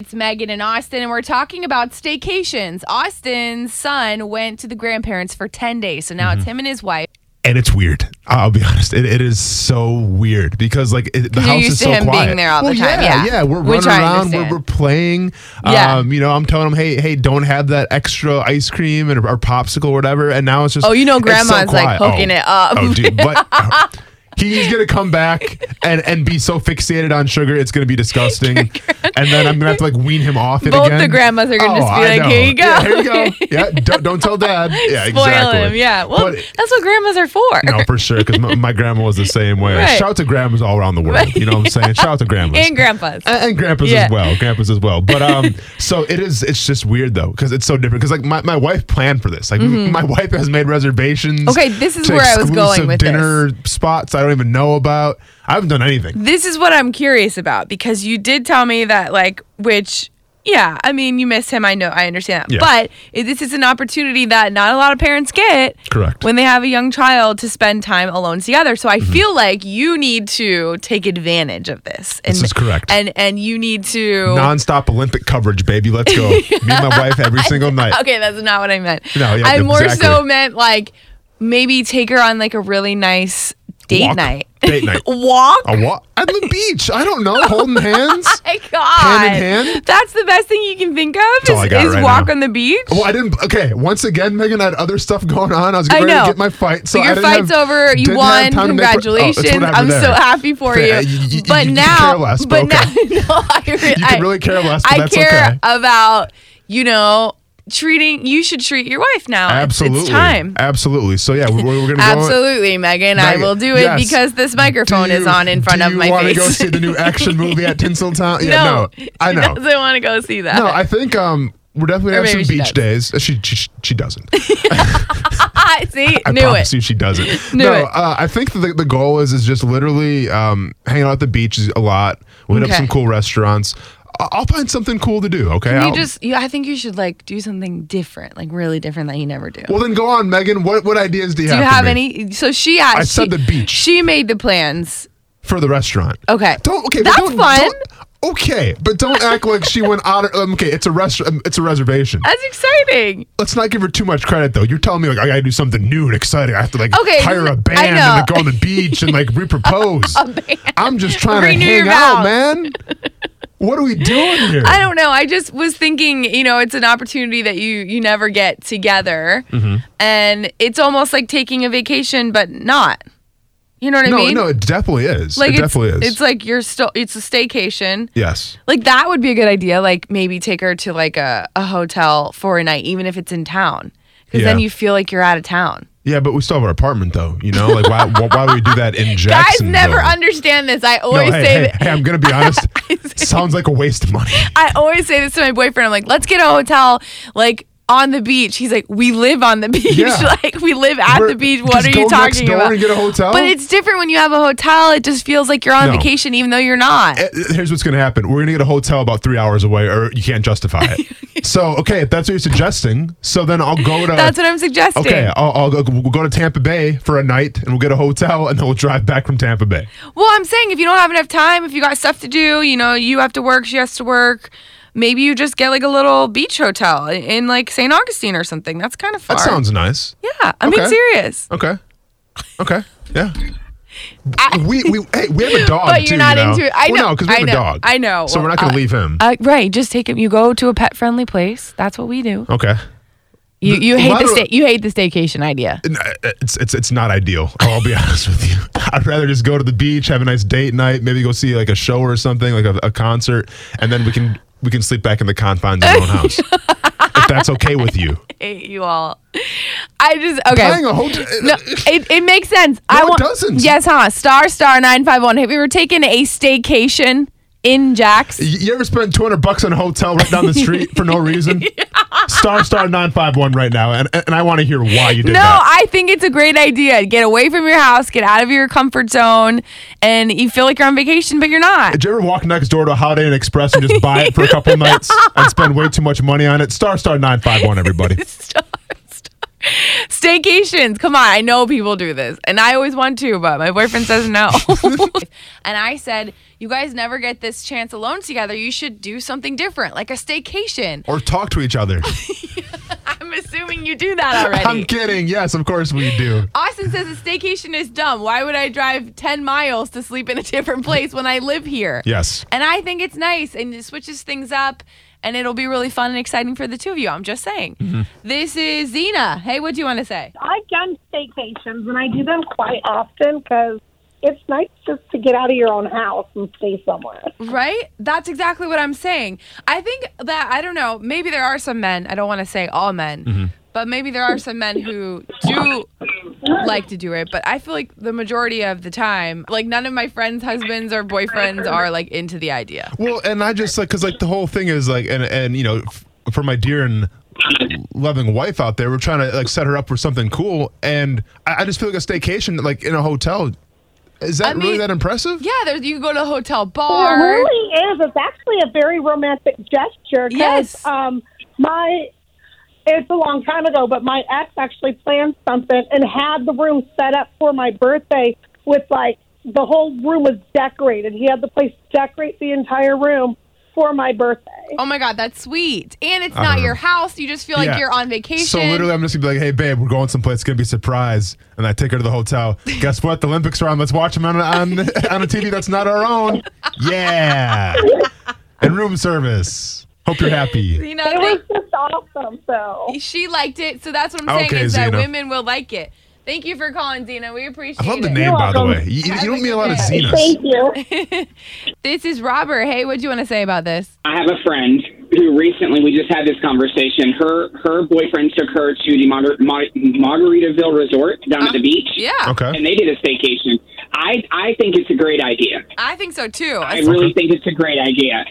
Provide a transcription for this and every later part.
It's Megan and Austin, and we're talking about staycations. Austin's son went to the grandparents for 10 days, so now Mm-hmm. it's him and his wife. and it's weird. I'll be honest. It, it is so weird because like it, the You're house used is to so him being quiet. there all the Well, time, Yeah, yeah. We're Which running I around. We're, understand. we're playing. Yeah. Um, you know, I'm telling him, hey, hey, don't have that extra ice cream and, or popsicle or whatever. And now it's just Oh, you know it's so grandma's, like, quiet. Oh. hooking it up. Oh, dude, but. He's gonna come back and, and be so fixated on sugar, it's gonna be disgusting. and then I'm gonna have to like wean him off it Both again. the grandmas are gonna Oh, just be I like, know. "Here you go." Yeah, here you go. Yeah, don't, don't tell dad. Yeah, Spoil exactly. him. Yeah. Well, But- that's what grandmas are for. no, for sure. Because my, my grandma was the same way. Right. Shout out to grandmas all around the world. You know what I'm saying? Shout out to grandmas. And grandpas. And, and grandpas Yeah. as well. Grandpas as well. But um, so it is. It's just weird though, because it's so different. Because like my, my wife planned for this. Like m- my wife has made reservations. Mm-hmm. Okay, this is to where I was going exclusive with this. dinner spots I don't even know about. I haven't done anything. This is what I'm curious about because you did tell me that, like, which, yeah, I mean, you miss him. I know, I understand that. Yeah. But i- this is an opportunity that not a lot of parents get. Correct. Mm-hmm. When they have a young child to spend time alone together. So I feel like you need to take advantage of this. And, is correct. And and you need to Nonstop Olympic coverage, baby. Let's go. Me and my wife every single night. Okay, that's not what I meant. No, yeah, I more so exactly. meant like maybe take her on like a really nice date Walk. night. Date night. Walk. A walk at the beach. I don't know. Holding hands. my God. Hand in hand? That's the best thing you can think of all I is, got is right walk now. on the beach. Well, I didn't. Okay, once again, Megan I had other stuff going on. I was I getting ready know. to get my fight. So your I didn't fight's have- over. You didn't won. have time to make- oh, it's Congratulations. whatever I'm so there. happy for Fair. you. You- you- you- but you could now, care less, but but now, no, I, re- You I- could really care less, but I that's care okay. about you know treating. You should treat your wife now. It's- Absolutely. it's time. Absolutely. So yeah, we're, we're gonna go. Absolutely, Megan. I Megan, will do it yes. because this Do microphone is you- on in front do of my You want to face. go see the new action movie at Tinseltown? Yeah, no, no, I she know. doesn't want to go see that. No, I think um, we're definitely Or gonna have maybe some she beach days. Uh, She she, she doesn't. I Ah, see. I knew promise it. you she doesn't. Knew no, it. Uh, I think the, the goal is is just literally um, hanging out at the beach a lot. We'll hit Okay. up some cool restaurants. I- I'll find something cool to do. Okay, You I'll- just, you, I think you should like do something different, like really different that you never do. Well, then go on, Megan. What what ideas do you do have? you for have me any? So she asked. I said she- the beach. She made the plans. for the restaurant? Okay. Don't okay. Oh, That's but don't, fun. don't- okay, but don't act like she went out. of- Um, okay, it's a restaurant. It's a reservation. That's exciting. Let's not give her too much credit though. You're telling me like I gotta do something new and exciting. I have to like Okay, hire I a band and know. like, go on the beach and like repropose. I'm just trying Renew to your hang out, vows. man. What are we doing here? I don't know. I just was thinking, you know, it's an opportunity that you you never get together, Mm-hmm. and it's almost like taking a vacation, but not. You know what no, I mean? no, it definitely is. like it definitely it's, is. It's like you're still. It's a staycation. yes. Like that would be a good idea. Like maybe take her to like a, a hotel for a night, even if it's in town, because then Yeah. you feel like you're out of town. Yeah, but we still have our apartment though. You know, like why why, why do we do that in Guys Jacksonville? never understand this. I No, always hey, say hey, that. hey, I'm gonna be honest. Sounds like a waste of money. I always say this to my boyfriend. I'm like, let's get a hotel like on the beach. He's like, we live on the beach. Yeah. like we live at We're- the beach. What just are go you next talking door about? and get a hotel? But it's different when you have a hotel. It just feels like you're on No. vacation, even though you're not. Eh, Here's what's gonna happen. We're gonna get a hotel about three hours away, or you can't justify it. so okay, if that's what you're suggesting, so then I'll go to. That's what I'm suggesting. Okay, I'll, I'll go, we'll go to Tampa Bay for a night, and we'll get a hotel, and then we'll drive back from Tampa Bay. Well, I'm saying if you don't have enough time, if you got stuff to do, you know, you have to work, she has to work. Maybe you just get like a little beach hotel in, in, like St. Augustine or something. That's kind of far. That sounds nice. Yeah, I'm being Okay. serious. Okay. Okay. Yeah. we we hey, we have a dog But you're too, not you know? into it. I Well, know- no, because we I have know. a dog. I know. So Well, we're not gonna uh, leave him. Uh, right, just take him. You go to a pet friendly place. That's what we do. okay. You you the hate the lateral- sta- you hate the staycation idea. N- It's it's it's not ideal. I'll be honest with you. I'd rather just go to the beach, have a nice date night, maybe go see like a show or something, like a, a concert, and then we can we can sleep back in the confines of our own house. if that's okay with you. I hate you all. I just okay. Buying a hotel. uh, No, it, it makes sense. I it want doesn't. Yes, huh? Star star nine five one. Have you ever taken a staycation? in Jack's. Y- You ever spend 200 bucks on a hotel right down the street for no reason? Star star 951 right now. And, and I want to hear why you did No, that. I think it's a great idea. Get away from your house, get out of your comfort zone, and you feel like you're on vacation, but you're not. Did you ever walk next door to a Holiday Inn Express and just buy it for a couple nights and spend way too much money on it? Star star 951, everybody. Staycations. Come on. I know people do this. And I always want to, but my boyfriend says no. and I said, You guys never get this chance alone together. You should do something different, like a staycation. Or talk to each other. I'm assuming you do that already. I'm kidding. Yes, of course we do. Austin says a staycation is dumb. Why would I drive 10 miles to sleep in a different place when I live here? Yes. And I think it's nice and it switches things up and it'll be really fun and exciting for the two of you. I'm just saying. Mm-hmm. This is Zena. Hey, what do you want to say? I've done staycations and I do them quite often because it's nice just to get out of your own house and stay somewhere. Right? That's exactly what I'm saying. I think that, I don't know, maybe there are some men, I don't want to say all men, Mm-hmm. but maybe there are some men who do like to do it. But I feel like the majority of the time, like none of my friends' husbands or boyfriends are like into the idea. Well, and I just like because like the whole thing is like, and and you know, f- for my dear and loving wife out there, we're trying to like set her up for something cool, and I, I just feel like a staycation, like in a hotel, is that I really mean- that impressive? Yeah, there's, you can go to a hotel It bar. really is. It's actually a very romantic gesture. 'cause, Yes. Um, my it's a long time ago, but my ex actually planned something and had the room set up for my birthday with like the whole room was decorated. He had the place decorate the entire room for my birthday. Oh my God, that's sweet. And it's don't not know. your house. You just feel like Yeah. you're on vacation. So literally, I'm just gonna be like, "Hey, babe, we're going someplace. It's gonna be a surprise." And I take her to the hotel. Guess what? The Olympics are on. Let's watch them on on, on a TV that's not our own. Yeah. And room service. Hope you're happy. you know, It was thank- just awesome. So she liked it. So that's what I'm saying Okay, is that Zena. women will like it. Thank you for calling, Zena. We appreciate I it. love the name, by the way. welcome. You, you don't meet a lot of Zenas. thank you. This is Robert. Hey, what do you want to say about this? I have a friend who recently we just had this conversation. Her her boyfriend took her to the Mar- Mar- Margaritaville Resort down at the beach. Yeah, Okay. And they did a staycation. I I think it's a great idea. I think so too. I really think it's a great idea.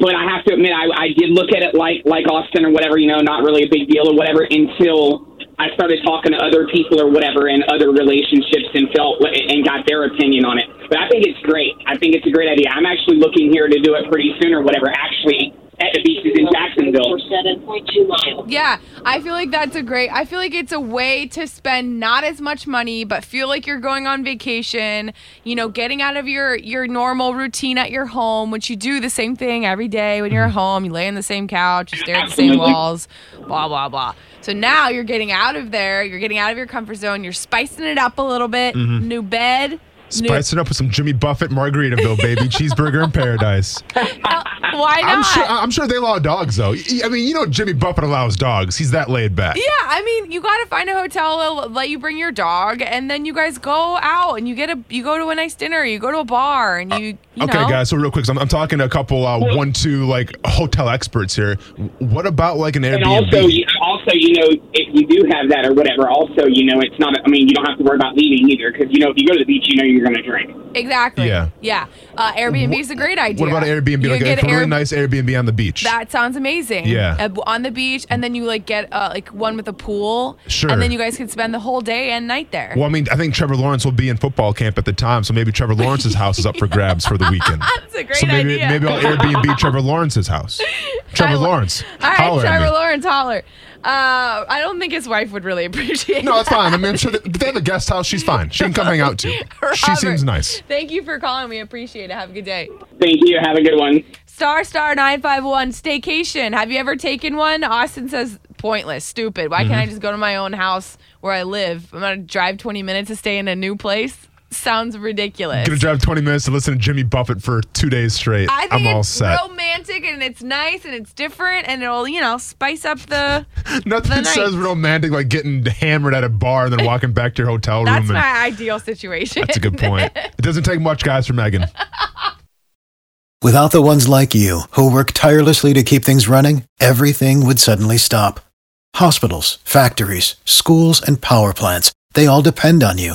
But I have to admit, I, I did look at it like like Austin or whatever, you know, not really a big deal or whatever until I started talking to other people or whatever in other relationships and felt and got their opinion on it. But I think it's great. I think it's a great idea. I'm actually looking here to do it pretty soon or whatever. Actually, at the beaches in Jacksonville. seven point two miles. Yeah, I feel like that's a great. I feel like it's a way to spend not as much money, but feel like you're going on vacation. You know, getting out of your your normal routine at your home, which you do the same thing every day when you're Mm-hmm. at home. You lay on the same couch, you stare at the same Absolutely. walls, blah blah blah. So now you're getting out of there. You're getting out of your comfort zone. You're spicing it up a little bit. New bed. Mm-hmm. Spice it up with some Jimmy Buffett Margaritaville, baby. Cheeseburger in paradise. New, why not? I'm sure, I'm sure they allow dogs, though. Y- I mean, you know, Jimmy Buffett allows dogs. He's that laid back. Yeah, I mean, you gotta find a hotel that'll let you bring your dog, and then you guys go out and you get a you go to a nice dinner, you go to a bar, and you you Uh, okay, know. guys. So real quick, so I'm, I'm talking to a couple uh, one, two, like hotel experts here. What about like an And Airbnb? also, you, also, you know, if you do have that or whatever, also, you know, it's not. I mean, you don't have to worry about leaving either, because you know, if you go to the beach, you know, you're going to drink. exactly. Yeah. yeah. Uh, Airbnb is a great idea. what about an Airbnb? You like get a really Air- nice Airbnb on the beach. That sounds amazing. Yeah. Uh, on the beach, and then you like get uh, like one with a pool. Sure. And then you guys could spend the whole day and night there. well, I mean, I think Trevor Lawrence will be in football camp at the time, so maybe Trevor Lawrence's house is up for grabs for the weekend. That's a great so maybe idea. maybe I'll Airbnb Trevor Lawrence's house. Trevor lo- Lawrence, All right, holler at me. Trevor Lawrence Holler. Uh, I don't think his wife would really appreciate. No, it's fine. I mean, I'm sure that, they have a guest house. She's fine. She can come hang out too. Robert, She seems nice. Thank you for calling. We appreciate it. Have a good day. Thank you. Have a good one. Star Star nine five one staycation. Have you ever taken one? Austin says pointless, stupid. Why Mm-hmm. can't I just go to my own house where I live? I'm gonna drive twenty minutes to stay in a new place. Sounds ridiculous. Gonna drive 20 minutes to listen to Jimmy Buffett for two days straight. I think I'm all it's set. romantic and it's nice and it's different and it'll you know spice up the. Nothing the says night. romantic like getting hammered at a bar and then walking back to your hotel room. That's and- my ideal situation. that's a good point. It doesn't take much, guys, for Megan. Without the ones like you, who work tirelessly to keep things running, everything would suddenly stop. Hospitals, factories, schools, and power plants, they all depend on you.